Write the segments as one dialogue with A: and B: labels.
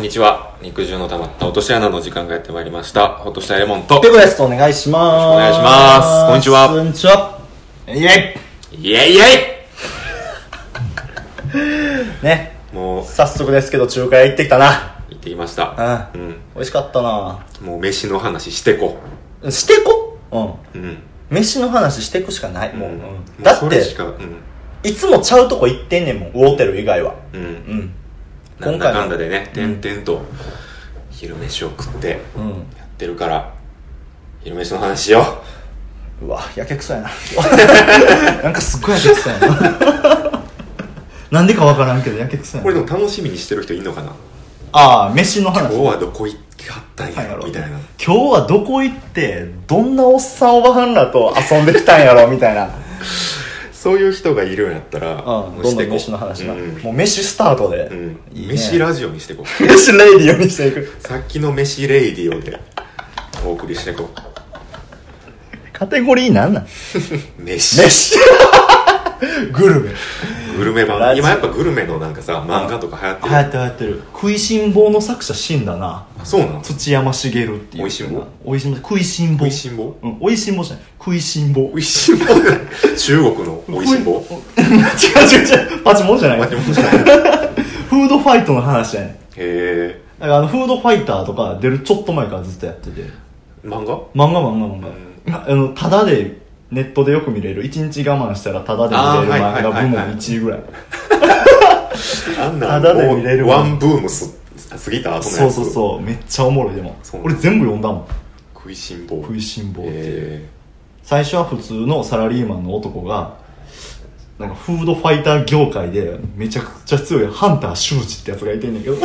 A: にちは。肉汁の溜まった落とし穴の時間がやってまいりました。ほっとしたレモンと
B: ペ。コです。お願いします。
A: お願いしますこんにちは
B: こんにちは。イェ
A: イエイイエ
B: イね。
A: イもう、
B: 早速ですけど、中華屋行ってきたな。
A: 言ってきました。
B: う。
A: うんん。
B: 美味しかったな。
A: もう飯の話してこ。
B: してこう
A: うん。
B: ん。飯の話してくしかない。もう。
A: も
B: うん
A: う
B: だっ
A: それしか、
B: て、
A: うん。
B: いつもちゃうとこ行ってんねんもん。ウォーテル以外は。
A: う。
B: うんん。
A: なん
B: 今回の
A: だかんだでね、
B: う
A: 点
B: ん
A: 々と昼飯を食って
B: うん。
A: やってるから、昼飯の話しよう。
B: うわ、やけくそやな。なんかすっごいやけくそやな。なんでかわからんけど、やけくそや
A: これ
B: な。
A: でも楽しみにしてる人いんのかな
B: ああ、飯の
A: 今
B: 話
A: 日。はどこ行きはったん
B: なんや
A: や
B: ろ
A: ろみたいな。
B: 今日はどこ行ってどんなおっさんおばはんらと遊んできたんやろみたいな、
A: そういう人がいるんやったら、
B: うん、
A: も
B: ど
A: し
B: んど
A: て
B: ん
A: こ
B: 飯の話な、
A: うん
B: もう飯スタートで、
A: うん
B: いいね
A: 飯ラジオにしてこう。
B: 飯レディオにしていく
A: さっきの飯レイディオでお送りしてこ
B: カテゴリーなんなん
A: う。飯。
B: 飯 グルメ
A: グルメ
B: ラ
A: 版。
B: ジオ
A: 今やっぱグルメのなんかさ、漫画とか流行って
B: 流
A: る。
B: 行ってる流行ってる食いしん坊の作者死んだな
A: あそうなの
B: 土山茂っていう
A: 美味しん坊
B: おいしん坊食いしん坊
A: 美味しん坊
B: うんおいしん坊じゃない食いしん坊
A: 美味しんぼ中国の美味しんぼ
B: 違う違う違うパチモンじゃない
A: 待っ
B: フ
A: てもうじゃない。へ
B: ードファイトの話じゃない
A: え。
B: だからあのフードファイターとか出るちょっと前からずっとやってて
A: 漫画
B: 漫画漫画漫画あのただでネットでよく見れる1日我慢したらただで見れる
A: あーはい
B: 漫画部門
A: はいはいはい
B: 1位ぐらい
A: あん
B: た
A: な
B: だ
A: ん
B: で
A: も
B: 見れる
A: うワンブームす過ぎた後の
B: そ
A: や
B: う
A: つ
B: そうそうめっちゃおもろいでも
A: そう
B: 俺全部読んだもん
A: 食いしん坊
B: 食いしん坊っていう
A: へ
B: 最初は普通のサラリーマンの男がなんかフードファイター業界でめちゃくちゃ強いハンター周知ってやつがいてんねんけど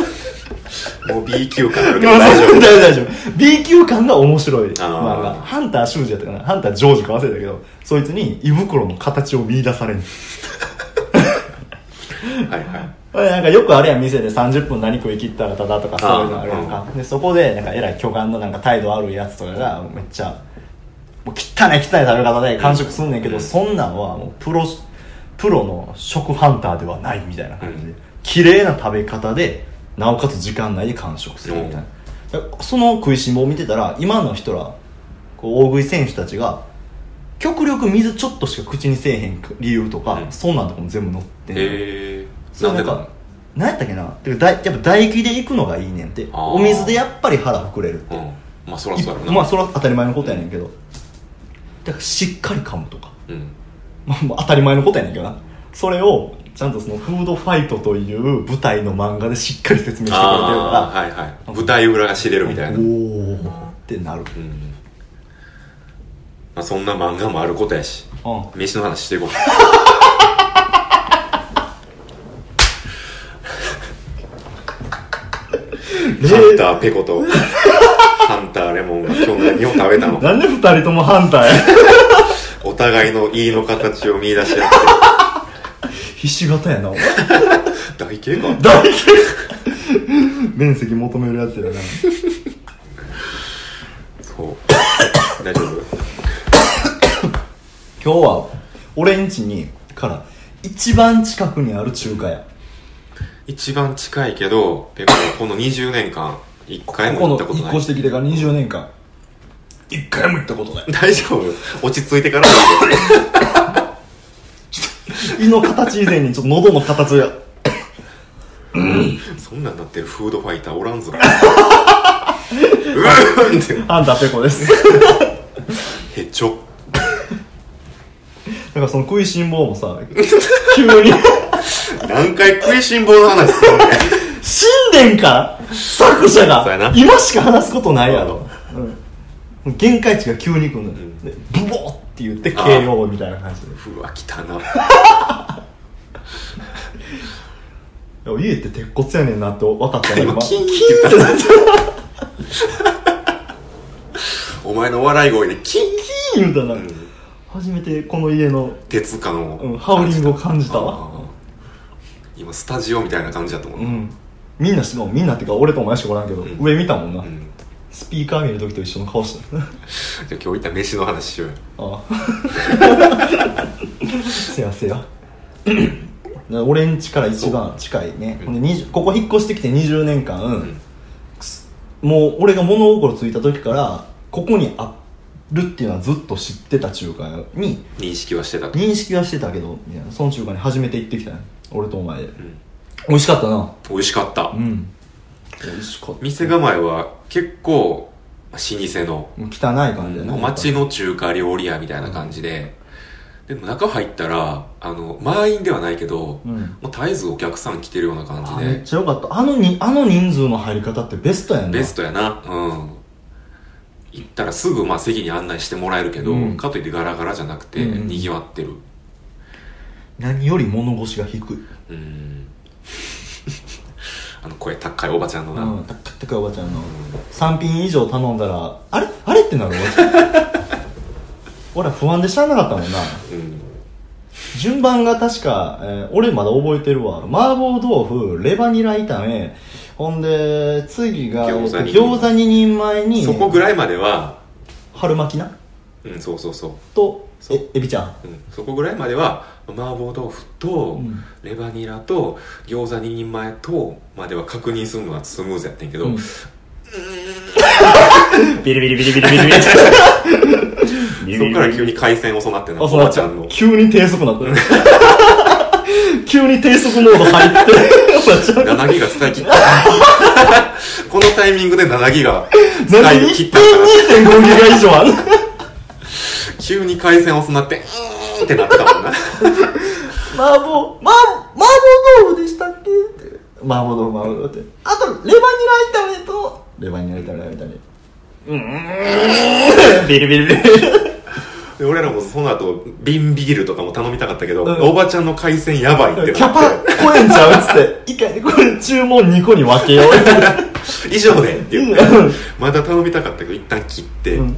A: えもう B 級 感あるけど大丈
B: 大丈夫大丈夫 B 級感が面白い漫
A: あ
B: 画
A: ー
B: ハンター周知やったかなハンタージョージか忘れたけどそいつに胃袋の形を見出されんねん
A: 夫はいはい
B: なんかよくあるやん店で30分何食い切ったらただとかそういうのあるやん
A: あ
B: かでそこでなんかえらい巨漢のなんか態度あるやつとかがめっちゃもう汚い汚い食べ方で完食すんねんけど、そんなんはもうプロプロの食ハンターではないみたいな感じで、
A: うん
B: 綺麗な食べ方でなおかつ時間内で完食するみたいな、だからその食いしん坊を見てたら今の人らこう大食い選手たちが極力水ちょっとしか口にせえへん理由とか、
A: うん
B: そんなんとかも全部載ってんの
A: へえ
B: そうなんか何やったっけなてかだいやっぱ唾液で行くのがいいねんって
A: あー
B: お水でやっぱり腹膨れるって
A: うんまあそらそうやろな
B: まあそれは当たり前のことやねんけどだからしっかり噛むとか、
A: うん
B: まあ、まあ当たり前のことやねんけどなそれをちゃんとそのフードファイトという舞台の漫画でしっかり説明してくれてる
A: ああ
B: か
A: はいはい舞台裏が知れるみた
B: ら
A: いな
B: おおーってなる
A: うんまあそんな漫画もあることやし
B: うん
A: 飯の話していこうハンターペコ とハンターレモンが今日何を食べたのか
B: なんで二人ともハンターや
A: お互いのいいの形を見出し合っ
B: ひし形やなお前
A: て大系か
B: 大丈夫 面積求めるやつやな
A: そう大丈夫
B: 今日は俺ん家にから一番近くにある中華屋
A: 一番近いけどペコはこの20年間一回も行った
B: こ
A: こ
B: の
A: とな
B: 引っ
A: い
B: 越してきてから20年間一回も行ったことない
A: 大丈夫落ち着いてからでいいよ
B: 胃の形以前にちょっと喉の形が
A: そんなんなってるフードファイターおらん ぞうーんっ
B: あんたペコです
A: てへちょ
B: だからその食いしん坊もさ急に
A: 何回食いしん坊の話するね
B: 死んでんか作者
A: そうやな
B: が今しか話すことないやろ、うん、限界値が急に来るのよ、
A: ん
B: でブボーって言って KO みたいな感じで
A: うわ来たな
B: でも家って鉄骨やねんなって分かった
A: 今
B: 今
A: キーンっ
B: キ
A: て
B: ー
A: 言
B: ン
A: っ
B: ってなって
A: お前の笑い声でキン
B: キーンみたいな、
A: キン
B: 初めてこの家の
A: 鉄感を
B: うんハウリングを感じたわ
A: あー今スタジオみたいな感じだと思う、
B: うんみんなしかもみんなってか俺とお前しかおらんけど、
A: ん
B: 上見たもんな、
A: うん
B: スピーカー見る時と一緒の顔して た
A: じゃあ今日行った飯の話しようよ
B: あ あせやせ や俺ん家から一番近いね、ほんで20ここ引っ越してきて20年間、
A: ん
B: もう俺が物心ついた時からここにあるっていうのはずっと知ってた中華に
A: 認識はしてたと、
B: 認識はしてたけどみたいなその中華に初めて行ってきたんや俺とお前で
A: うん、
B: 美味しかったな
A: 美味しかった、
B: うん美味しかった
A: 店構えは結構老舗の
B: もう汚い感じだな
A: 町の中華料理屋みたいな感じで、でも中入ったらあの満員ではないけど、
B: うん
A: もう絶えずお客さん来てるような感
B: あ
A: じ
B: めっ
A: で
B: ちゃ良かったあのにあの人数の入り方ってベストやんな
A: ベストやなうん行ったらすぐまあ席に案内してもらえるけど、
B: うん
A: かといってガラガラじゃなくて
B: うんうん
A: にぎわってる
B: 何より物腰が低い
A: うん あの声高いおばちゃんのな、
B: うん、たったかいおばちゃんの3品以上頼んだらあれあれってなるおばちゃん俺は不安でしゃあなかったもんな
A: うん
B: 順番が確か、えー俺まだ覚えてるわ麻婆豆腐レバニラ炒めほんで次が
A: 餃子
B: え
A: 二
B: っと
A: 人前
B: 餃子2人前に
A: そこぐらいまでは、
B: 春巻きな
A: うん、そうそうそう、
B: と
A: そう
B: えエビちゃん
A: うん、そこぐらいまでは麻婆豆腐と、
B: うん
A: レバニラと餃子2人前とまでは確認するのはスムーズやってんけど、
B: うん
A: そ
B: ビリビリビリビリビリビリ
A: こから急に海鮮遅なってな
B: あ
A: お
B: そうな
A: ば
B: っ
A: ち
B: ちゃ
A: ゃんの
B: う急に低速なったね急に低速モード入っておばちゃん
A: 7ギガ使い切った このタイミングで7ギガ使
B: 何
A: い切ったか
B: 1.2.5ギガ以上ある
A: ら急に海鮮遅なってうーんってなってたもんな
B: 麻婆、麻、麻婆豆腐でしたっけって。麻婆豆腐、麻婆豆腐って。あと、レバニラ炒めと、レバニラ炒めみたいな。うーん。ビリビリビリ。
A: で俺らもその後瓶ビールとかも頼みたかったけど、
B: うん
A: おばちゃんの海鮮やばいって
B: キ
A: な
B: ャ
A: っ
B: パ超えんちゃうっつって。一回、これ注文2個に分けよう。
A: て以上でって言って
B: うん
A: まだ頼みたかったけど一旦切って、
B: うん
A: うん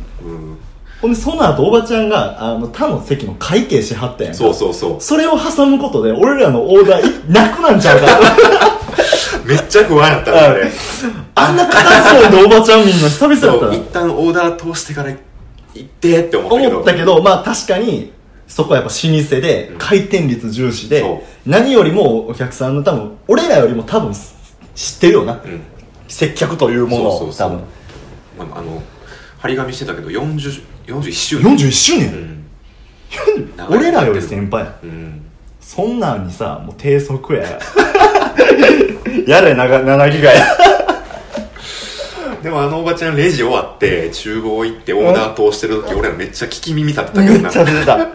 B: ほんで、その後、おばちゃんが、あの、他の席の会計しはったやん。
A: そうそうそう
B: それを挟むことで、俺らのオーダーい、なくなんちゃうか
A: めっちゃ不安やったなあ
B: う
A: れ
B: んあんな片そうでおばちゃんみんな久々だった
A: そう
B: な
A: 一旦オーダー通してから行ってって思ったけど
B: 思ったけど、まあ確かに、そこはやっぱ老舗で
A: うん、
B: 回転率重視
A: そ
B: で、何よりもお客さんの多分、俺らよりも多分知ってるよな。
A: うん
B: 接客というもの
A: そう
B: を、
A: そ
B: 多
A: うそう
B: 分。
A: まあ、あの張り紙してたけど40 41周年
B: 41周
A: う
B: 年
A: ん長い
B: 俺らより先輩や。
A: うん
B: そんなんにさ、もう低速や。 やれ、なが7ギガや。
A: でもあのおばちゃんレジ終わって厨房行ってオーダー通してる時俺らめっちゃ聞き耳立ってたけ
B: め
A: ど
B: っ
A: な
B: ちゃ出てた。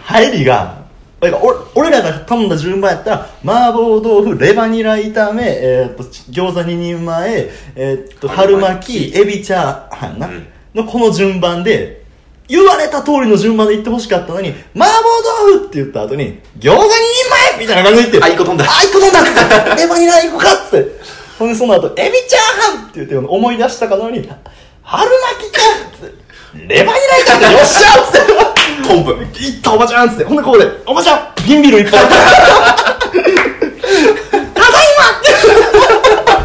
B: 入りが、なんか俺俺らが頼んだ順番やったら、麻婆豆腐、レバニラ炒め、えーっと、餃子2人前、えーっと、
A: 春
B: 春
A: 巻き
B: 巻き、エビチャーハンな、
A: うん
B: のこの順番で、言われた通りの順番で言ってほしかったのに、麻婆豆腐って言った後に、餃子2人前みたいな感じで言っ
A: あ
B: て、
A: 一個飛んだ
B: あ、一個飛んだっつって、レバニラ行こうかっつって。ほんで、その後、エビチャーハンって言って思い出したかのように、春巻きかっつって、レバニラ炒めよっしゃっつって。
A: トンプ
B: いったおばちゃんっつって、ほんでここで、おばちゃん瓶ビール一本ただい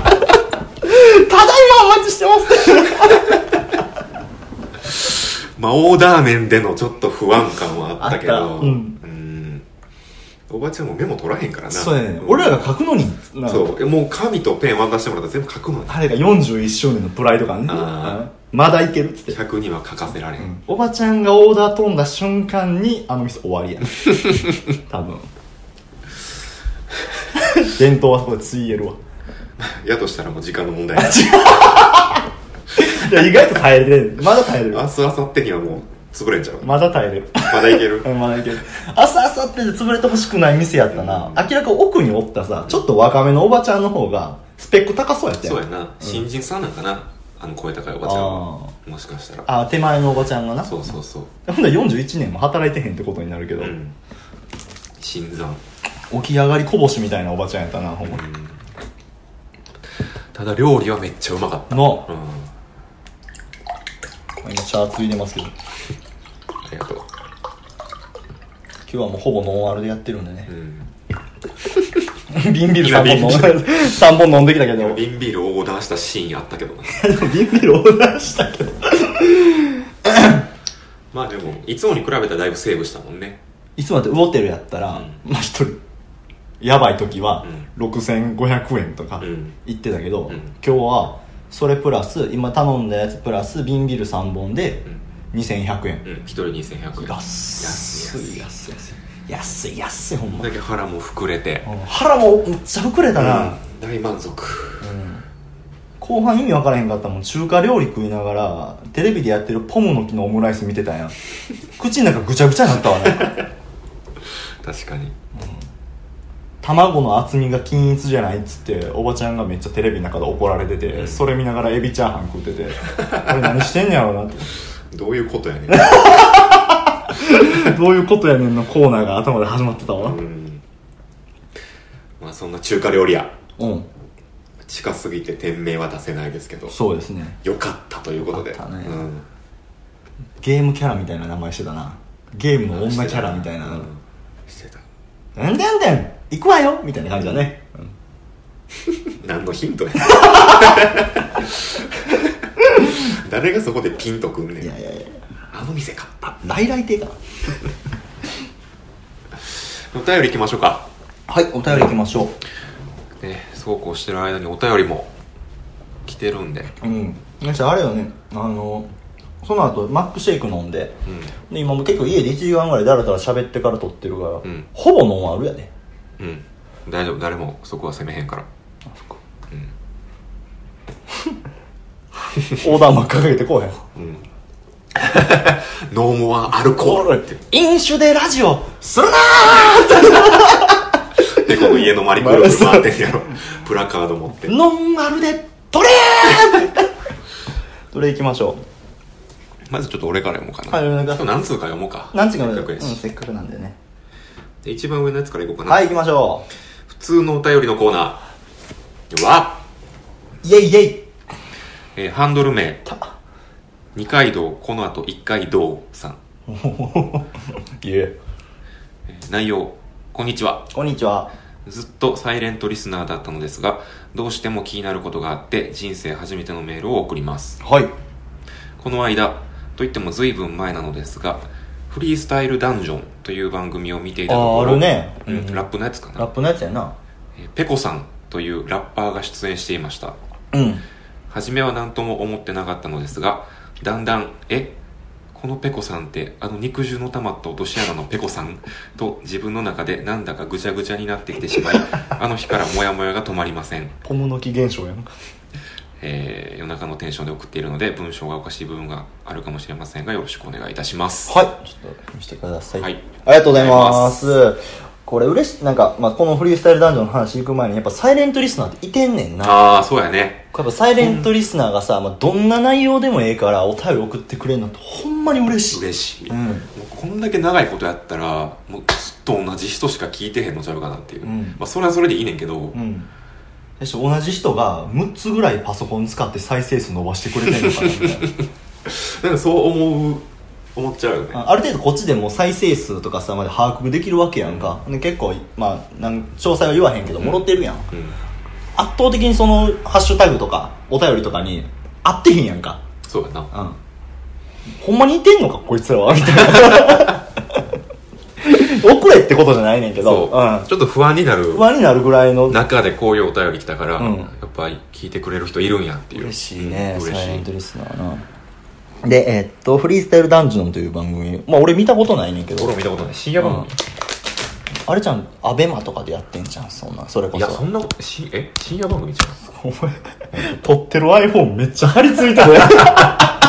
B: まただいまお待ちしてます
A: まあオーダー面でのちょっと不安感はあったけ
B: あ
A: ど
B: ったう
A: う
B: ん
A: んおばちゃんもメモ取らへんからな
B: そうやね、俺らが書くのに、な
A: そうもう紙とペン渡してもらったら全部書くのに
B: あれが41周年のプライド感ね
A: あ。
B: まだいけるっつって。
A: 客には書かせられへん
B: おばちゃんがオーダー飛んだ瞬間に、あの店終わ りや、ね。多分。伝統はそこでついえるわ。
A: やとしたらもう時間の問題
B: いや、意外と耐えれる。まだ耐えれる
A: 明。日明後日にはもう潰れんちゃうま
B: まだ耐えれる。
A: だいける
B: うんまだいける朝朝って潰れてほしくない店やったな、
A: うん
B: 明らかに奥におったさちょっと若めのおばちゃんの方がスペック高そうやった
A: そう
B: よ
A: やな新人さんなんかなあの声高いおばちゃんはもしかしたら
B: あ手前のおばちゃんがな
A: そうそうそう
B: ほんだら41年も働いてへんってことになるけど、
A: うん新参
B: 起き上がりこぼしみたいなおばちゃんやったなほんまに
A: ただ料理はめっちゃうまかった
B: の
A: うんあ
B: 今チャーついでますけど今
A: りがとう
B: 日はもうほぼノンアルでやってるんでね
A: う、ん
B: ビンビール3本飲
A: 今
B: んで3本 飲んできたけど
A: 瓶ビールをオーダーしたシーンあったけどな
B: ビンビールオーダーしたけど
A: まあでもいつもに比べたらだいぶセーブしたもんね
B: いつもだってウォテルやったら、
A: う
B: まあ一人やばい時は
A: うん
B: 6500円とか
A: うん
B: 行ってたけど、
A: うん
B: 今日はそれプラス今頼んだやつプラス瓶ビール3本で
A: うん
B: 2100円
A: うん、1人2100円
B: 安
A: 安
B: い
A: い安い
B: 安い安い安い安いほん
A: こん
B: ま
A: だけ腹も膨れて、
B: うん腹もめっちゃ膨れたな、
A: うん大満足
B: うん後半意味分からへんかったもん中華料理食いながらテレビでやってるポムの木のオムライス見てたんやん口の中ぐちゃぐちゃになったわね
A: 確かに
B: 卵の厚みが均一じゃないっつっておばちゃんがめっちゃテレビの中で怒られてて、
A: うん
B: それ見ながらエビチャーハン食うて てあれ何してんねやろうなって
A: どういうことやねん、
B: どういうことやねんのコーナーが頭で始まってたわ
A: うん、まあそんな中華料理屋
B: うん
A: 近すぎて店名は出せないですけど
B: そうですね
A: よかったということで
B: よかったね
A: うん
B: ゲームキャラみたいな名前してたなゲームの女キャラみたいな
A: うんしてた
B: 「うんでんでん行くわよ!」みたいな感じだね、うん
A: 何のヒ ントや誰がそこでピンとくんね
B: いや
A: ん
B: いやいや
A: あの店買った
B: 来来亭かな
A: お便り行きましょうか
B: はい、お便り行きましょ
A: ねそうこうしてる間にお便りも来てるんで
B: う。うん。そしてあれよね、あの、その後、マックシェイク飲んで、で今も結構家で1時間ぐらいだらだら喋ってから撮ってるから、
A: ん
B: ほぼノンアルや で。
A: うんうん大丈夫誰もそこは責めへんから
B: あ、そっか。
A: うん
B: 横断幕掲げてこうへん。
A: ノーモアアルコ ールって
B: 飲酒でラジオするな
A: でこの家のマリクルー回ってんやろプラカード持って
B: ーノンアルで撮れ ーどれ行きましょ
A: まずちょっと俺から読もうかな
B: はい読んでください
A: 何通か読もうか
B: う。なんつうか、
A: せっ
B: う
A: かく
B: ん、
A: やし
B: せっかくなんでね。
A: で一番上のやつからいこうかな、
B: はい、行きましょ
A: 普通のお便りのコーナーは、
B: う。イェイイェイ
A: えーハンドル名
B: た
A: 二階堂この後一階堂さん、
B: イェイ。
A: えー内容こんにちは
B: こんにちは。
A: ずっとサイレントリスナーだったのですがどうしても気になることがあって人生初めてのメールを送ります
B: はい。
A: この間といっても随分前なのですがフリースタイルダンジョンという番組を見ていたとこ
B: あー
A: ろ
B: あるね
A: うん
B: うん
A: ラップのやつか
B: ラッ
A: な、
B: プのやつやな。
A: えーペコさんというラッパーが出演していました
B: うん。
A: 初めは何とも思ってなかったのですがだんだん「えこのペコさんってあの肉汁の溜まった落とし穴のペコさん?」と自分の中でなんだかぐちゃぐちゃになってきてし まいあの日からモヤモヤが止まりません、
B: ポムの木現象やん。
A: えー夜中のテンションで送っているので文章がおかしい部分があるかもしれませんがよろしくお願いいたします
B: はい。ちょっと見せてください。
A: はい
B: ありがとうございます。これ嬉しい、なんか、まあ、このフリースタイルダンジョンの話行く前に、やっぱサイレントリスナーっていてんねんな。や
A: ああそうやね
B: っぱサイレントリスナーがさ、まあ、どんな内容でもええからお便り送ってくれるのってほんまに嬉しい。
A: 嬉しい、
B: うん
A: もうこんだけ長いことやったらもうずっと同じ人しか聞いてへんのちゃうかなっていう、
B: うん
A: まあそれはそれでいいねんけど、
B: うん。そして同じ人が6つぐらいパソコン使って再生数伸ばしてくれてるのかなみたいな。
A: なんかそう思う思っちゃうよね
B: あある程度こっちでもう再生数とかさまで把握できるわけやんか、で結構まあなん詳細は言わへんけどもろってるやん、
A: うん
B: 圧倒的にそのハッシュタグとかお便りとかに合ってへんやんか
A: そうやな
B: うんほんまにいてんのかこいつらはみた いな送れってことじゃないねんけど
A: そう、ちょっと不安になる
B: ん、不安になるぐらいの
A: 中でこういうお便り来たから、
B: うん
A: やっぱり聞いてくれる人いるんやっていう
B: 嬉しいね、
A: うん嬉
B: サイ
A: し
B: レン
A: い
B: トリスナーなでえっと「フリースタイルダンジョン」という番組まあ俺見たことないねんけど
A: 俺も見たことない深夜番組、
B: あれちゃんアベマとかでやってんじゃんそんなそれこそ
A: いやそんなことしえ深夜番組じゃ
B: お 前撮ってる iPhone めっちゃ張り付い たね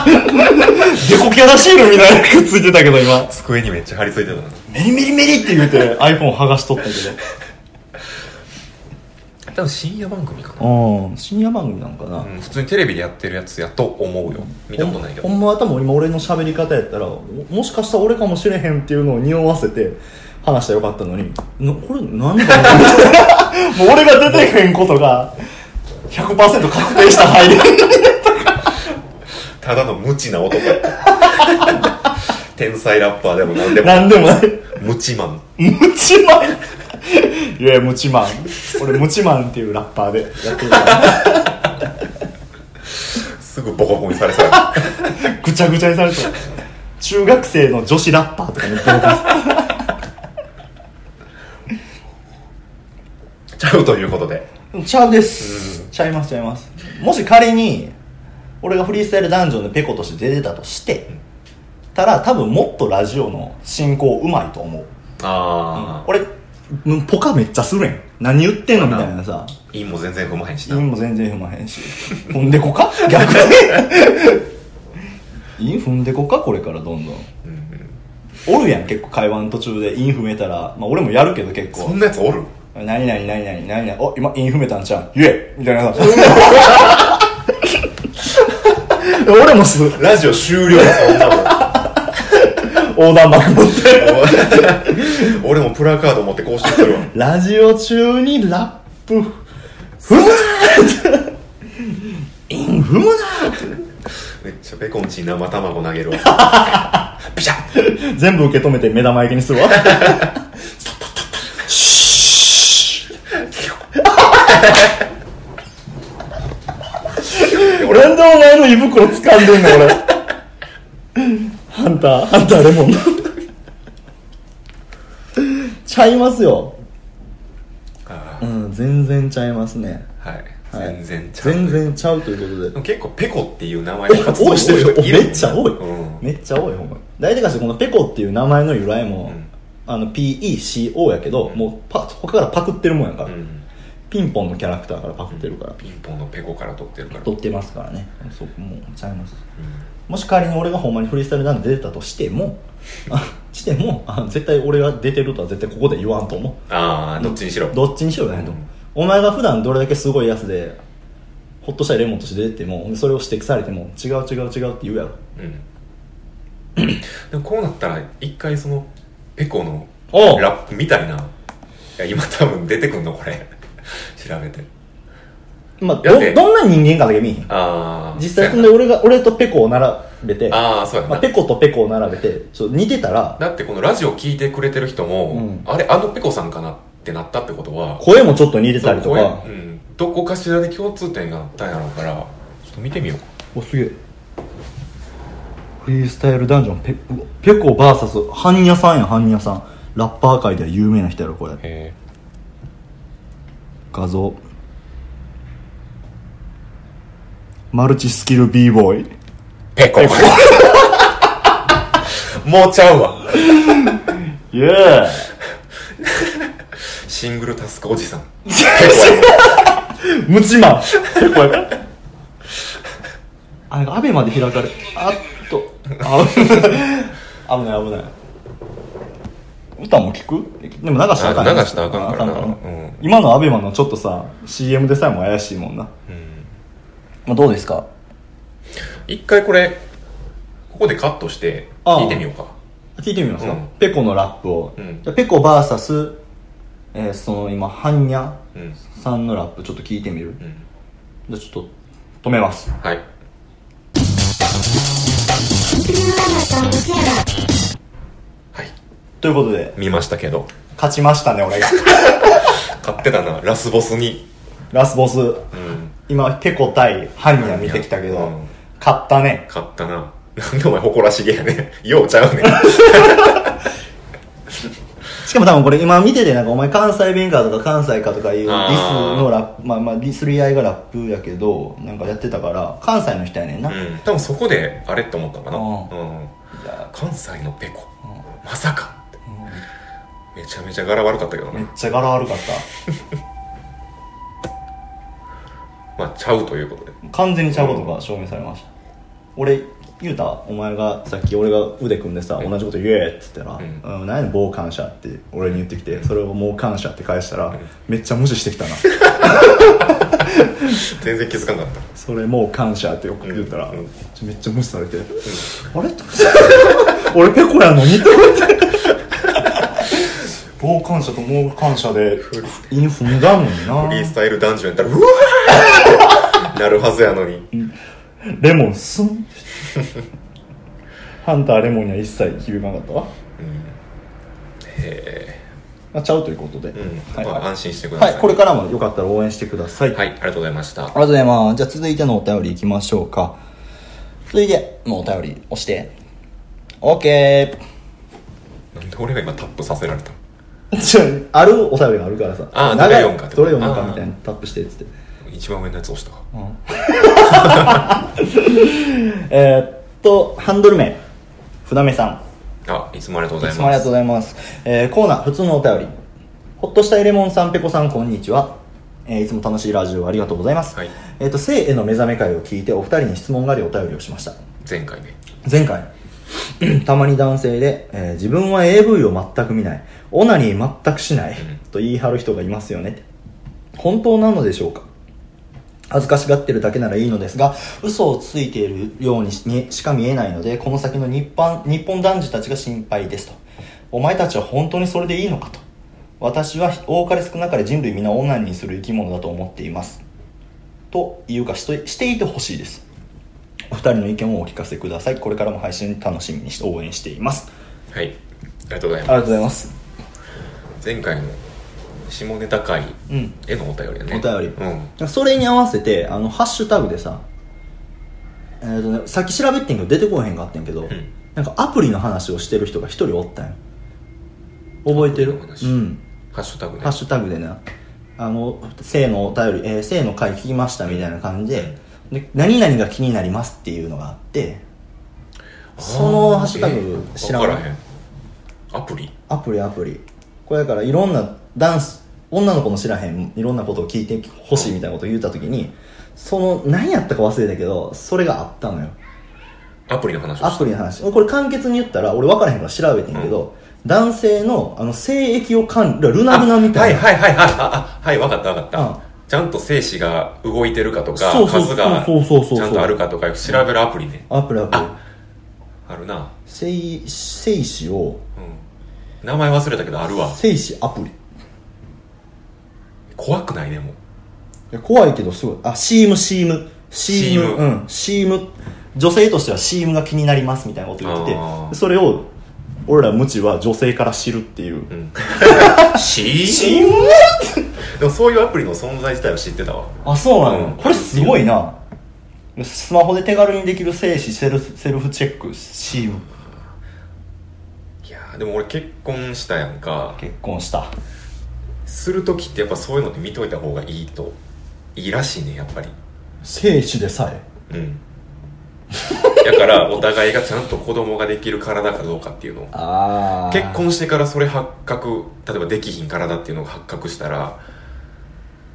B: デコキャラシールみたいなやつついてたけど今
A: ん机にめっちゃ張り付いてたな
B: メリメリメリって言うて iPhone 剥がしとったけ
A: 多分深夜番組かな、
B: どうん深夜番組なんかな、
A: うん、普通にテレビでやってるやつやと思うよ見たことないけど
B: ほんまは多分今俺の喋り方やったらももしかしたら俺かもしれへんっていうのを匂わせて話したらよかったのになこれ何だろう もう俺が出てへんことが100%確定した入り
A: ただの無知な男 天才ラッパーでも何でも
B: 何でも ない
A: 無知マ ン
B: ムチマンいやムチマン俺ムチマンっていうラッパーでやってるから
A: すぐボコボコにさ れそうや
B: ぐちゃぐちゃにされてる中学生の女子ラッパーとかに登録し
A: ちゃうということで
B: てちゃうですちゃいますちゃいますもし仮に俺がフリースタイルダンジョンでペコとして出てたとして
A: うん
B: たら多分もっとラジオの進行うまいと思う
A: ああ、
B: 俺うんポカめっちゃするやん何言ってんのみたいなさ
A: 陰も全然踏まへんしな。
B: 韻も全然踏まへんし踏んで こか逆に韻踏んでこかこれからどんどん
A: うんうん
B: おるやん結構会話の途中で韻踏めたら、まあ、俺もやるけど結
A: そ
B: 構
A: んなやつおる
B: 何々何々何々お今韻踏めたんちゃう言えみたいな さ俺もする
A: ラジオ終了そんなもん
B: 横断幕持っ て
A: 俺もプラカード持って更新するわ。
B: ラジオ中にラップ踏むなイン踏むな
A: めっちゃペコンチに生卵投げるわ。ピシャ
B: 全部受け止めて目玉焼きにするわ俺 なんでお前の胃袋掴んでんの俺ハンターハンターレモンちゃいますよ
A: は
B: うん全然ちゃいますね、
A: い。
B: はい
A: 全然ちゃう。
B: 全。然ちゃうということで
A: でも結構ペコっていう名前で活動してる人いるもんね
B: めっちゃ多い、
A: うん
B: めっちゃ多いほんまに大体かしこのペコっていう名前の由来も、
A: うん
B: あの PECO やけど、もうパ他からパクってるもんやから、
A: うん
B: ピンポンのキャラクターからパクってるから、
A: ピンポンのペコから取ってるから。
B: 取ってますからねそうもうちゃいますもし仮に俺がほんまにフリースタイルダンで出てたとしても あしてもあ絶対俺が出てるとは絶対ここで言わんと思う
A: ああ、どっちにしろ。
B: どっちにしろやねんと、
A: うん
B: お前が普段どれだけすごいやつでホッとしたりレモンとして出てもそれを指摘されても違う違う違うって言うやろ
A: うん。でもこうなったら、一回その、ペコの
B: おう
A: ラップみたいな。いや今多分出てくんの、これ。 調べて。
B: まあ、
A: だっ
B: ど
A: て
B: どんな人間かだけ見えへん
A: ああ。
B: 実際
A: そ
B: ほ
A: うんや
B: で俺が俺とペコを並べて
A: なああ、そうや
B: ま
A: な
B: あ、。ペコとペコを並べてちょっと似てたら
A: だってこのラジオ聞いてくれてる人も、
B: うん
A: あれあのペコさんかなってなったってことは
B: 声もちょっと似てたりと
A: どこ
B: か
A: へうん、どこかしらで共通点があったんやろうからちょっと見てみようか
B: おすげえフリースタイルダンジョンペうわペコ VS 般若さんや般若さんラッパー界では有名な人やろこれ
A: へ
B: 画像マルチスキル b ボーイ
A: えペコ もうちゃうわ
B: イエー
A: シングルタスクおじさん
B: ムチマンペコやからあれアベまで開かれあっとあ危ない危ない歌も聞くでも流したらあかんやん
A: あ流したらあかんからな
B: あ
A: うん
B: 今のアベマのちょっとさ CM でさえも怪しいもんな、まあ、どうですか
A: 一回これここでカットして
B: ああ
A: 聞いてみようか
B: 聞いてみますか、
A: うん
B: ペコのラップを、
A: うん
B: じゃあペコ VS、えー、その今ハンニャ
A: うん、
B: さんのラップちょっと聞いてみる
A: う、ん、
B: じゃあちょっと止めます
A: はいはい
B: ということで
A: 見ましたけど
B: 勝ちましたね俺が
A: 買ってたなラスボスに
B: ラスボス
A: うん
B: 今ペコ対ハンニャ見てきたけど、
A: うん
B: 勝ったね
A: 買ったな。なんでお前誇らしげやねん。ようちゃうねん。
B: しかも多分これ今見ててなんかお前関西弁かとか関西かとかいうデ
A: あー
B: ィスのラップまあまあディスり合いがラップやけどなんかやってたから関西の人やねんな、
A: うん。多分そこで、あれって思ったのかな。
B: う
A: うん。
B: いや
A: 関西のペコ。まさかって。めちゃめちゃ柄悪かったけど
B: めっ
A: ね。
B: ちゃ柄悪かっ
A: まあ、ちゃうという ことで。
B: た完全にちゃうことが証明されました、俺言うたお前がさっき俺が腕組んでさ同じこと言えっつったら「
A: ん
B: うん、何やねん傍観者」って俺に言ってきてそれを「もう感謝」って返したらめっちゃ無視してきたな
A: 全然気づかなかった。
B: それもう感謝ってよく言ったら、
A: うんうん
B: ちょめっちゃ無視されて、あれと 俺ペコやのに って思って傍感謝ともう感謝でインフ踏んだのに
A: フリース
B: な
A: タイルダンジョンやったら、うわーってなるはずやのに。
B: レモンスンハンターレモンには一切響かなかったわ、まあ、ちゃうということで、
A: う
B: は
A: ん。
B: い、
A: まあ、安心してくだ
B: は
A: さい。
B: い、これからもよかったら応援してください、
A: はい、ありがとうございました
B: あ。りがとうございます。じゃあ続いてのお便りいきましょうか。続いてのお便り押して。OK!
A: なんで俺が今タップさせられたの
B: ちょあるお便りがあるからさ。
A: あー
B: 長い
A: どれ読むかってこと
B: どれ読むかみたい
A: あ
B: にタップしてっつって。
A: 一番上のやつ押した
B: えーっとハンドル名船目さん
A: あいつもありがとうございま
B: い
A: す
B: つもありがとうございます。えーコーナー、普通のお便り。ほっとしたエレモンさん、ペコさん、こんにちは。えーいつも楽しいラジオありがとうございます。
A: はい
B: えっ、と、性への目覚め会を聞いて、お二人に質問がありお便りをしました。
A: 前回ね
B: 前回、 たまに男性で、えー自分は AV を全く見ない、オナニー全くしない、と言い張る人がいますよね。本当なのでしょうか恥ずかしがってるだけならいいのですが嘘をついているようにしにしか見えないのでこの先の日本日本男児たちが心配ですとお前たちは本当にそれでいいのかと私は多かれ少なかれ人類皆オナニーにする生き物だと思っていますというかしとしていてほしいですお二人の意見をお聞かせくださいこれからも配信楽しみにして応援しています
A: はいありがとうござい
B: あり
A: ま
B: がとうございます
A: す前回の下ネタ会
B: うん
A: へのお便りやね
B: お便り
A: うん
B: それに合わせてあのハッシュタグでさ、えーとね、さっき調べてんけど出てこへんかったんやけど、
A: ん
B: なんかアプリの話をしてる人が一人おったんよ覚えて
A: ア
B: る
A: プリの話
B: うん
A: ハッシュタグね
B: ハッシュタグでなあの性のお便り、えー性の回聞きましたみたいな感じでで何々が気になりますっていうのがあって
A: あー
B: そのハッシュタグ
A: えー
B: 知らん
A: わからへんアプリ
B: アプリアプリこれだからいろんなダンス女の子の知らへんいろんなことを聞いてほしいみたいなことを言った時にその何やったか忘れたけどそれがあったのよ
A: アプリの話を
B: ア
A: した
B: プリの話これ簡潔に言ったら俺分からへんから調べてんけど、男性のあの性液を管理ルナルナみたいな、
A: あはいはいはいはいああはいわかったわかった、
B: うん
A: ちゃんと精子が動いてるかとか
B: そうそう
A: 数が
B: そうそうそうそう
A: ちゃんとあるかとか調べるアプリね、
B: アプリアプリ
A: あるな、
B: 精精子を
A: うん、名前忘れたけどあるわ
B: 精子アプリい
A: 怖くないねもう
B: や怖いけどすごいあシームシームシ
A: シ
B: ーム
A: ーム
B: うんシーム女性としてはシームが気になりますみたいなこと言って
A: あー
B: てそれを俺ら無知は女性から知るっていう、
A: う ん、し
B: ーム
A: でもそういうアプリの存在自体は知ってたわ
B: あそうなの、
A: うん
B: これすごいなスマホで手軽にできる精子セルフセルフチェックシーム
A: いやーでも俺結婚したやんか
B: 結婚した
A: する時ってやっぱそういうのって見といた方がいいといいらしいねやっぱり
B: 精子でさえ
A: うんだからお互いがちゃんと子供ができる体かどうかっていうのを
B: ああ
A: 結婚してからそれ発覚例えばできひん体っていうのが発覚したら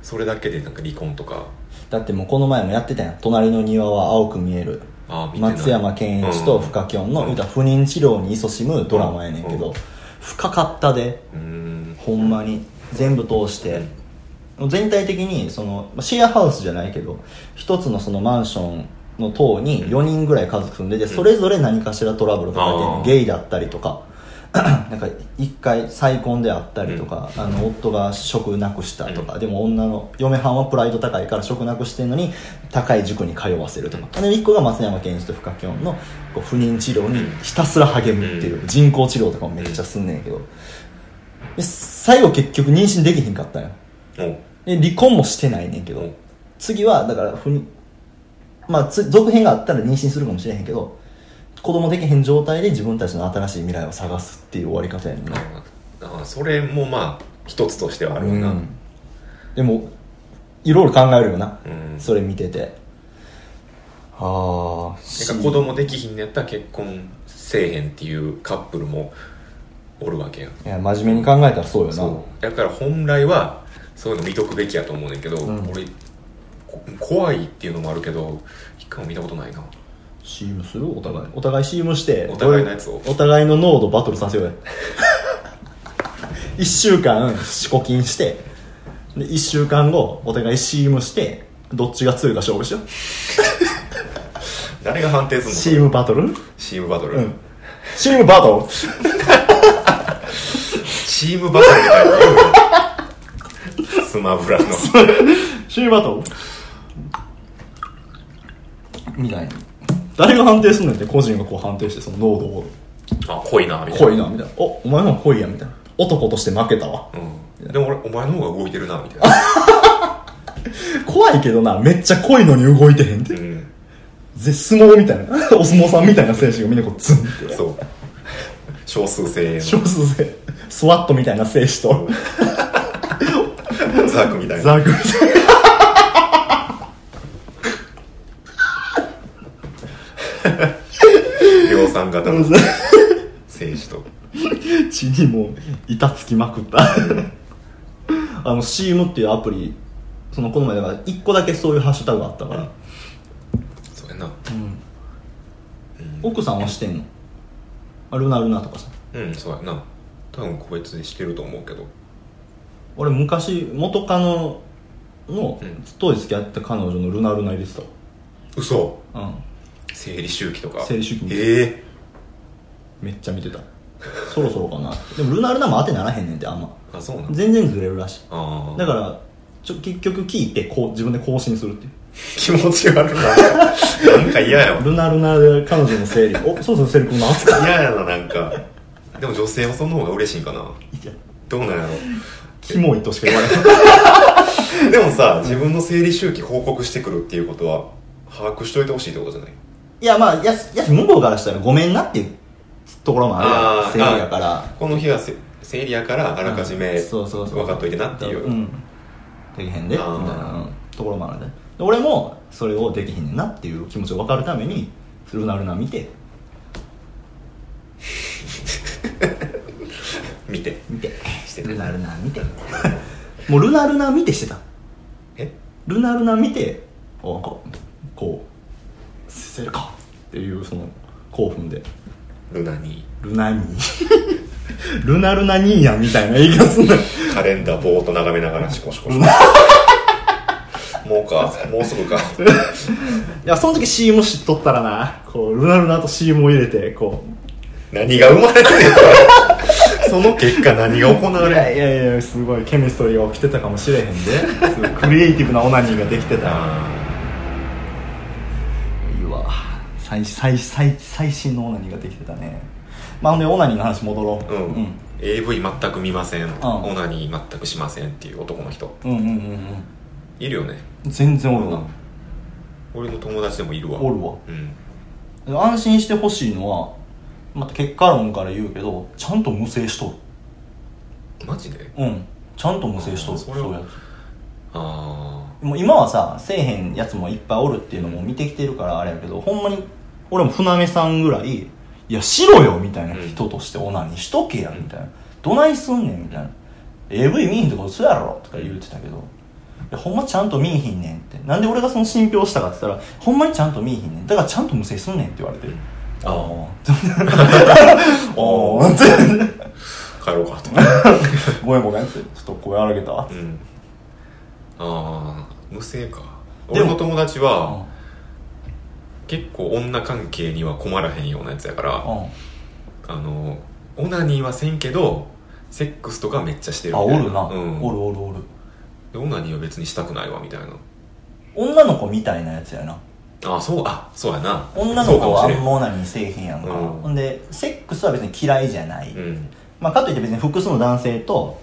A: それだけでなんか離婚とか
B: だってもうこの前もやってたやん隣の庭は青く見える
A: あー見てない
B: 松山ケンイチとフカキョンの、
A: うん
B: 言うたら不妊治療に勤しむドラマやねんけど、
A: うん
B: 深かったで
A: うーん
B: ほんまに全部通して全体的にそのまあシェアハウスじゃないけど一つのそのマンションの棟に4人ぐらい家族住んでてそれぞれ何かしらトラブルとか
A: あー
B: でゲイだったりとか なんか一回再婚であったりとか、あの夫が職なくしたとか、でも女の嫁はんはプライド高いから職なくしてんのに高い塾に通わせるとか、で一個が松山ケンイチと深きょんのこう不妊治療にひたすら励むっていう、人工治療とかもめっちゃすんねんけど、で最後結局妊娠できひんかったんよ
A: お
B: で離婚もしてないねんけど、
A: うん
B: 次はだからふに、まあ、つ続編があったら妊娠するかもしれへんけど子供できへん状態で自分たちの新しい未来を探すっていう終わり方やねんな
A: あーそれもまあ一つとしてはあるな、
B: うんでもいろいろ考えるよな、
A: うん
B: それ見ててああ
A: なんか子供できひんのやったら結婚せえへんっていうカップルもおるわけやん
B: いや真面目に考えたらそうよな
A: そうだから本来はそういうの見とくべきやと思うねんけど、
B: ん
A: 俺こ怖いっていうのもあるけど一回も見たことないな
B: CM するお互いお互い CM して
A: お互いのやつを
B: お互いの濃度バトルさせよ うや1週間四股筋してで1週間後お互い CM してどっちが強いか勝負しよう
A: 誰が判定すんの
B: CM バトル
A: チームバトル、
B: うん CM バト
A: チームバトルみたいなの言う よスマブラの
B: ル CM バトルみたいな誰が判定すんのって個人がこう判定してその濃度を
A: あ濃いなみたいな
B: 濃いなみたいなおお前の方が濃いやみたいな男として負けたわ
A: うん、でも俺お前の方が動いてるなみたいな、
B: 怖いけどなめっちゃ濃いのに動いてへんって
A: うん、
B: ぜ相撲みたいな お相撲さんみたいな選手がみんなこうズンって
A: そう少数精鋭
B: 少数生スワットみたいな選手と
A: のザークみたいな
B: ザークみたい
A: さん方
B: う
A: の
B: ん
A: 選手と
B: 血にもう板つきまくった あの CM っていうアプリそのこの前だから1個だけそういうハッシュタグがあったから、
A: そうやな
B: 奥さんはしてんのあるなるなとかさ
A: うんそうやな多分個別でしてると思うけど
B: 俺昔元カノの
A: うん
B: 当時付き合ってた彼女のルナルナ入れてた
A: 嘘
B: わうん
A: 生理周期とか
B: 生理周期
A: ええ
B: めっちゃ見てたそろそろかなでもルナルナも当てならへんねんってあんま
A: あそうなん
B: 全然ずれるらしい
A: ああ
B: だからちょ結局聞いてこう自分で更新するっていう
A: 気持ち悪 いななんか嫌やわ
B: ルナルナで彼女の生理おそうそう生理くんの扱い
A: 嫌やななんかでも女性はその方が嬉しいんかなどうなんや
B: キモいとしか言われない
A: ろでもさ自分の生理周期報告してくるっていうことは把握しといてほしいってことじゃない
B: いやまあやすやし向こうからしたらごめんなっていうところもあ
A: あー
B: るやん生理やから
A: この日はせ生理やからあらかじめ
B: うんそうそうそう、
A: 分かっといてなっていうん
B: できへんでみたい
A: あー
B: なうんところもあるでで俺もそれをできへんねんなっていう気持ちを分かるためにルナルナ見て
A: 見て
B: 見て
A: してた
B: ルナルナ見てもうルナルナ見てしてた
A: え
B: ルナルナ見ておなんかこうせるかっていうその興奮で
A: ルナに
B: ルナ ニールナルナニーやんみたいな言い方すんのよ
A: カレンダーぼーっと眺めながらシコシコシコもうかもうすぐか
B: いや、その時 CM 知っとったらな、こう、ルナルナと CM を入れて、こ
A: 何が生まれ てるのその結果何が行
B: う。
A: わ
B: い
A: れる
B: やいやいや、すごいケミストリーが起きてたかもしれへんで、すごいクリエイティブなオナニーができてたよ。
A: あ
B: いいわ。最、最、最、最新のオナニーができてたね。まあ、ほんで、オナニーの話戻ろ
A: ー
B: う。
A: うん、
B: うん
A: AV 全く見ません、オナニー全くしませんっていう男の人
B: うんうんうん
A: いるよね
B: うん。全然おる
A: うん俺の友達でもいるわ
B: おるわ。
A: うん
B: 安心してほしいのは、また結果論から言うけど、ちゃんと無制しと
A: マジで
B: る。うん。ちゃんと無制しとる。
A: あそれは
B: うやつ
A: ああ
B: もう今はさせえへんやつもいっぱいおるっていうのも見てきてるからあれやけどほんまに俺も船目さんぐらいいやしろよみたいな人としてオナニーしとけやみたいなどないすんねんみたいな AV 見んってことそうやろとか言うてたけどいやほんまちゃんと見いひんねんってなんで俺がその信憑したかって言ったらほんまにちゃんと見いひんねんだからちゃんと無制すんねんって言われてる
A: あ
B: あお ーって
A: 帰ろうかと
B: ごめんごめんってちょっと声荒げたわ
A: うんああ無性か
B: で
A: 俺
B: も
A: の友達
B: う
A: は結構女関係には困らへんようなやつやから
B: んうん
A: あのオナニーはせんけどセックスとかめっちゃしてる
B: あ
A: み
B: お
A: たい
B: るな、
A: うん、
B: おるおるおる
A: でオナニーは別にしたくないわみたいな
B: 女の子みたいなやつやな
A: ああそうあそうやな
B: 女の
A: そうか
B: 子
A: も
B: は
A: し
B: あ
A: れ
B: ん
A: ん
B: まオナニーせえへんやんか、
A: うん
B: ほんでセックスは別に嫌いじゃない、
A: うん
B: まあ、かといって別に複数の男性と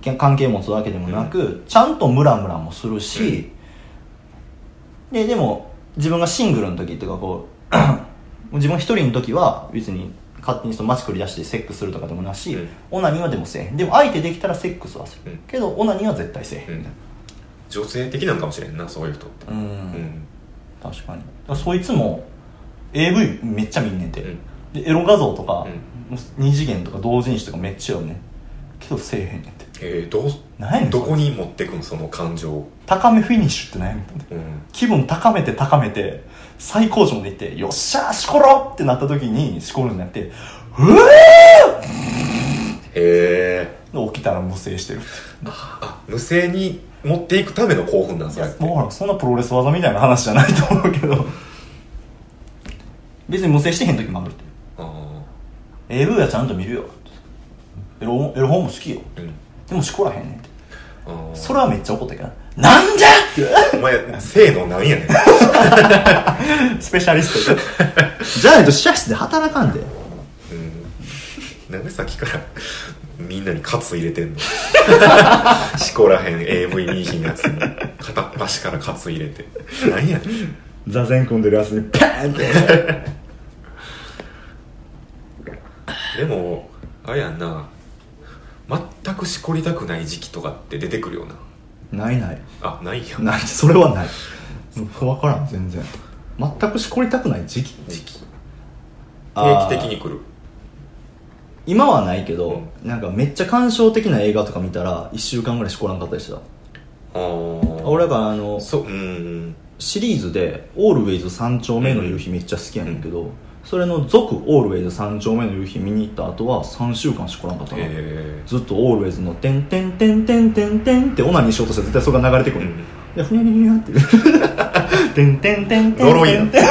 B: け関係持つわけでもなく、ちゃんとムラムラもするし、ででも自分がシングルの時っていうかこうもう 自分一人の時は別に勝手にその街繰り出してセックスするとかでもなし、
A: うん
B: オナニーはでもせえへんでも相手できたらセックスはする、
A: うん
B: けどオナニーは絶対せえへん
A: う
B: み
A: ん
B: たい
A: 女性的なんかもしれんなそういう人って
B: なう
A: うんん
B: 確かにだからそいつも AV めっちゃ見んねんて、
A: うん
B: でエロ画像とか、
A: う
B: 二次元とか同人誌とかめっちゃよねんけどせえへんねんて
A: えー、どう
B: 何やねんそ
A: ど
B: れ
A: こに持ってくんその感情
B: 高めフィニッシュって何やねんて
A: うん
B: 気分高めて高めて最高潮までいってよっしゃーしころってなった時にしこるんじゃなくてう
A: へえ
B: え起きたら無精してるって
A: あ無性に持っていくための興奮なん
B: い
A: それ
B: や
A: って
B: もうほらそんなプロレス技みたいな話じゃないと思うけど別に無精してへん時もあるって
A: あ
B: AV はちゃんと見るよエロエロ本も好きよ
A: ーうん
B: でもしこらへんねんって
A: あー
B: それはめっちゃ怒ったけどなんじゃ
A: お前性能なんや ねん
B: スペシャリス トじゃないと試写室で働かんで
A: うんなんでさっきからみんなにカツ入れてんの しこらへん AV 見いひんやつに片っ端からカツ入れてなんやねん
B: 座禅組んでるやつにパーンって
A: でもあれやんな全くしこりたくない時期とかって出てくるよな
B: ないない
A: あないやん
B: ないそれはない分からん全然全くしこりたくない時期
A: 時期
B: あー
A: 定期的に来る
B: 今はないけど、なんかめっちゃ感傷的な映画とか見たら1週間ぐらいしこらんかったりした、
A: ああ
B: 俺があの
A: そううん
B: シリーズで「オールウェイズ三丁目の夕日」めっちゃ好きやねんけど、それの続「オールウェイズ三丁目の夕日」見に行った後は3週間しこらんかったな、
A: え
B: ずっと「オールウェイズ」の「てんてんてんてんてんてん」ってオナニーしようとしたら絶対それが流れて
A: え
B: くる、でふにゃふにゃふにゃっててんてんてんてん
A: 呪いや
B: てんてん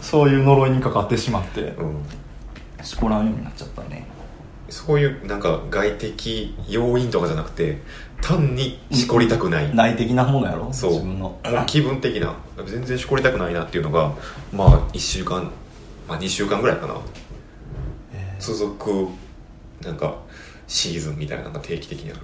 B: そういう呪いにかかってしまって
A: うん
B: しこらんようになっちゃったね
A: そういうなんか外的要因とかじゃなくて単にしこりたくない、も
B: 内的なものやろ
A: そう
B: 自分の
A: う気分的な全然しこりたくないなっていうのがまあ1週間、まあ、2週間ぐらいかな、続くなんかシーズンみたいなのが定期的にある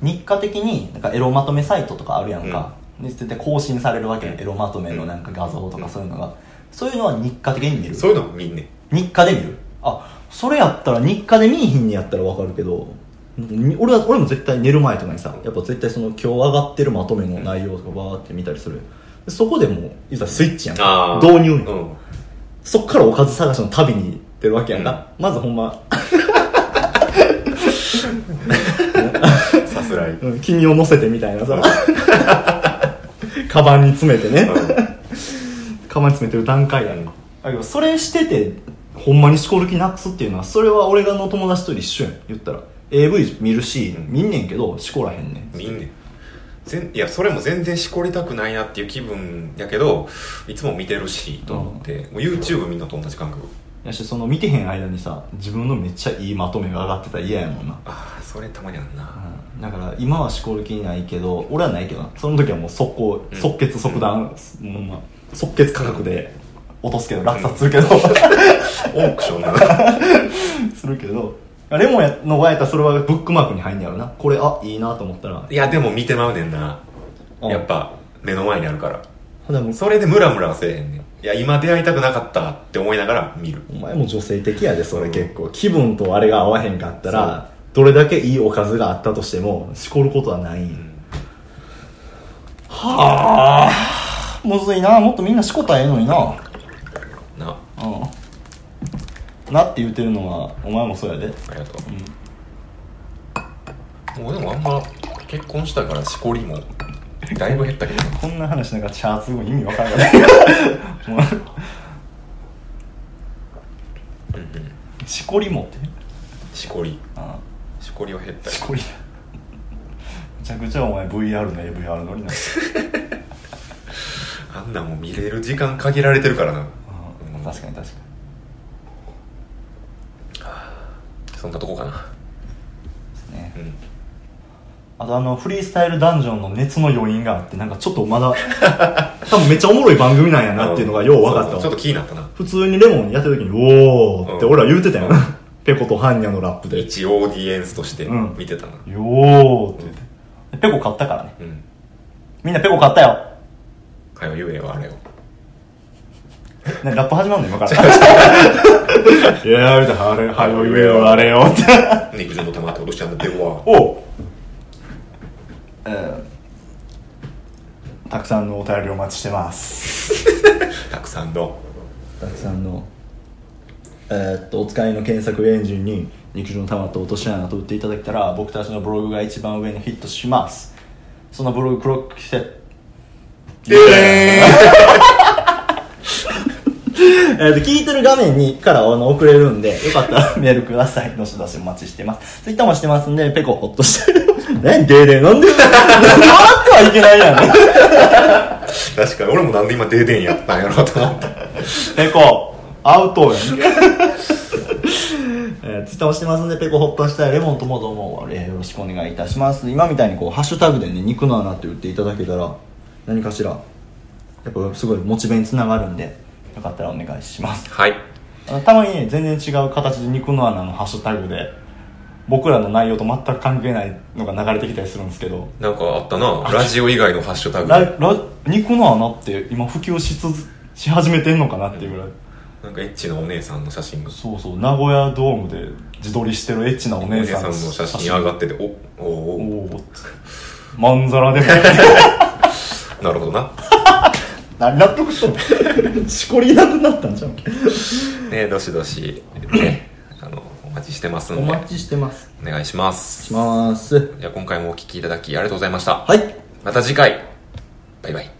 B: 日課的になんかエロまとめサイトとかあるやんか、で絶対更新されるわけ、
A: うん
B: エロまとめのなんか画像と
A: う
B: か
A: ん
B: そういうのが、そういうのは日課的に見る
A: そういうのもみんね
B: 日課で見るあそれやったら日課で見いひんにやったらわかるけどに俺は俺も絶対寝る前とかにさやっぱ絶対その今日上がってるまとめの内容とかバーって見たりするでそこでもういざスイッチやんか
A: ー
B: 導入やん
A: うん
B: そっからおかず探しの旅に行ってるわけやんか、まずほんま
A: さすらい、うん
B: うん君を乗せてみたいなさカバンに詰めてねカバンに詰めてる段階やんかだけどそれしててほんまにしこる気なくすっていうのはそれは俺がの友達と一緒やん言ったら AV 見るし
A: うん
B: 見んねんけどしこらへんねん
A: みんね全いやそれも全然しこりたくないなっていう気分やけどいつも見てるしと思って、もう YouTube みんなと同じ感覚
B: やしその見てへん間にさ自分のめっちゃいいまとめが上がってたら嫌やもんな、
A: ああそれたまにあるな
B: うん、だから今はしこる気ないけど俺はないけどなその時はもう速攻
A: うん
B: 即決即断、もうまあ即決価格で落とすけど落札するけど、
A: オークションな
B: するけどレモンやの場合やったらそれはブックマークに入んねやろなこれあいいなと思ったら
A: いやでも見てまうねんな
B: うん
A: やっぱ目の前にあるから
B: ほんでもう
A: それでムラムラはせえへんねんいや今出会いたくなかったって思いながら見る
B: お前も女性的やでそれ
A: うん
B: 結構気分とあれが合わへんかったらどれだけいいおかずがあったとしてもしこることはないんやはあむずいなもっとみんなしこたらええのにな
A: な
B: うんなって言うてるのはお前もそうやで
A: ありがとう、もうでもあんま結婚したからしこりもだいぶ減ったけど
B: こんな話なんかチャーツ語意味わからない もうしこりもって
A: しこり
B: ああ
A: しこりは減ったよ
B: しこりだめちゃくちゃお前 VR の AVR 乗りな
A: あんなもん見れる時間限られてるからな
B: うん確かに確かに
A: そんなとこかな
B: ですね
A: うん
B: あとあのフリースタイルダンジョンの熱の余韻があってなんかちょっとまだ 多分めっちゃおもろい番組なんやなっていうのがよう分かった
A: そうそうちょっ
B: わ
A: と気になったな
B: 普通にレモンやってる時に「おー」って俺ら言うてたよな、
A: う
B: ペコとハンニャのラップで「よ
A: 一オーディエンスとして
B: うん
A: 見てたな
B: ー」って言ってでペコ買ったからね
A: うん
B: みんなペコ買ったよ
A: かよゆえはあれを
B: ねラップ始まるの今から いやーみたいな「あれはよ言えよあれよ」って
A: 肉汁の玉って落としちゃうんだよは
B: おう、えーたくさんのお便りお待ちしてます
A: たくさんの
B: たくさんのえーっとお使いの検索エンジンに肉汁の玉と落とし穴と打っていただけたら僕たちのブログが一番上にヒットしますそのブログクロックして
A: で
B: えーと聞いてる画面にからあの送れるんで、よかったら メールください。どしどしお待ちしてます。ツイッターもしてますんで、ペコほっとしてる。 ね、デーデーなんで、 なんで笑ってはいけないやん。
A: ーん確かに俺もなんで今デーデンやったんやろうと思った
B: ペコ、アウトやん。 えー、ツイッターもしてますんで、ペコほっとしたいレモンともどうも、えーよろしくお願いいたします。今みたいにこう、ハッシュタグでね、肉の穴って打っていただけたら、何かしら、やっぱすごいモチベにつながるんで、よかったらお願いします。
A: はい
B: あのたまにね全然違う形で肉の穴のハッシュタグで僕らの内容と全く関係ないのが流れてきたりするんですけど
A: なんかあったなラジオ以外のハッシュタグ
B: ララ肉の穴って今普及しつし始めてんのかなっていうぐらい
A: なんかエッチなお姉さんの写真が
B: そうそう名古屋ドームで自撮りしてるエッチなお
A: お
B: 姉
A: 姉
B: さ
A: さん
B: ん
A: の写真上がってておお
B: お
A: お
B: おまんざらでも
A: なるほどな
B: 何納得したのしこりなくなったんじゃん
A: ねどしどし、ね、あのお待ちしてますんで
B: お待ちしてます
A: お願いします
B: します
A: じゃあ今回もお聞きいただきありがとうございました、
B: はい
A: また次回バイバイ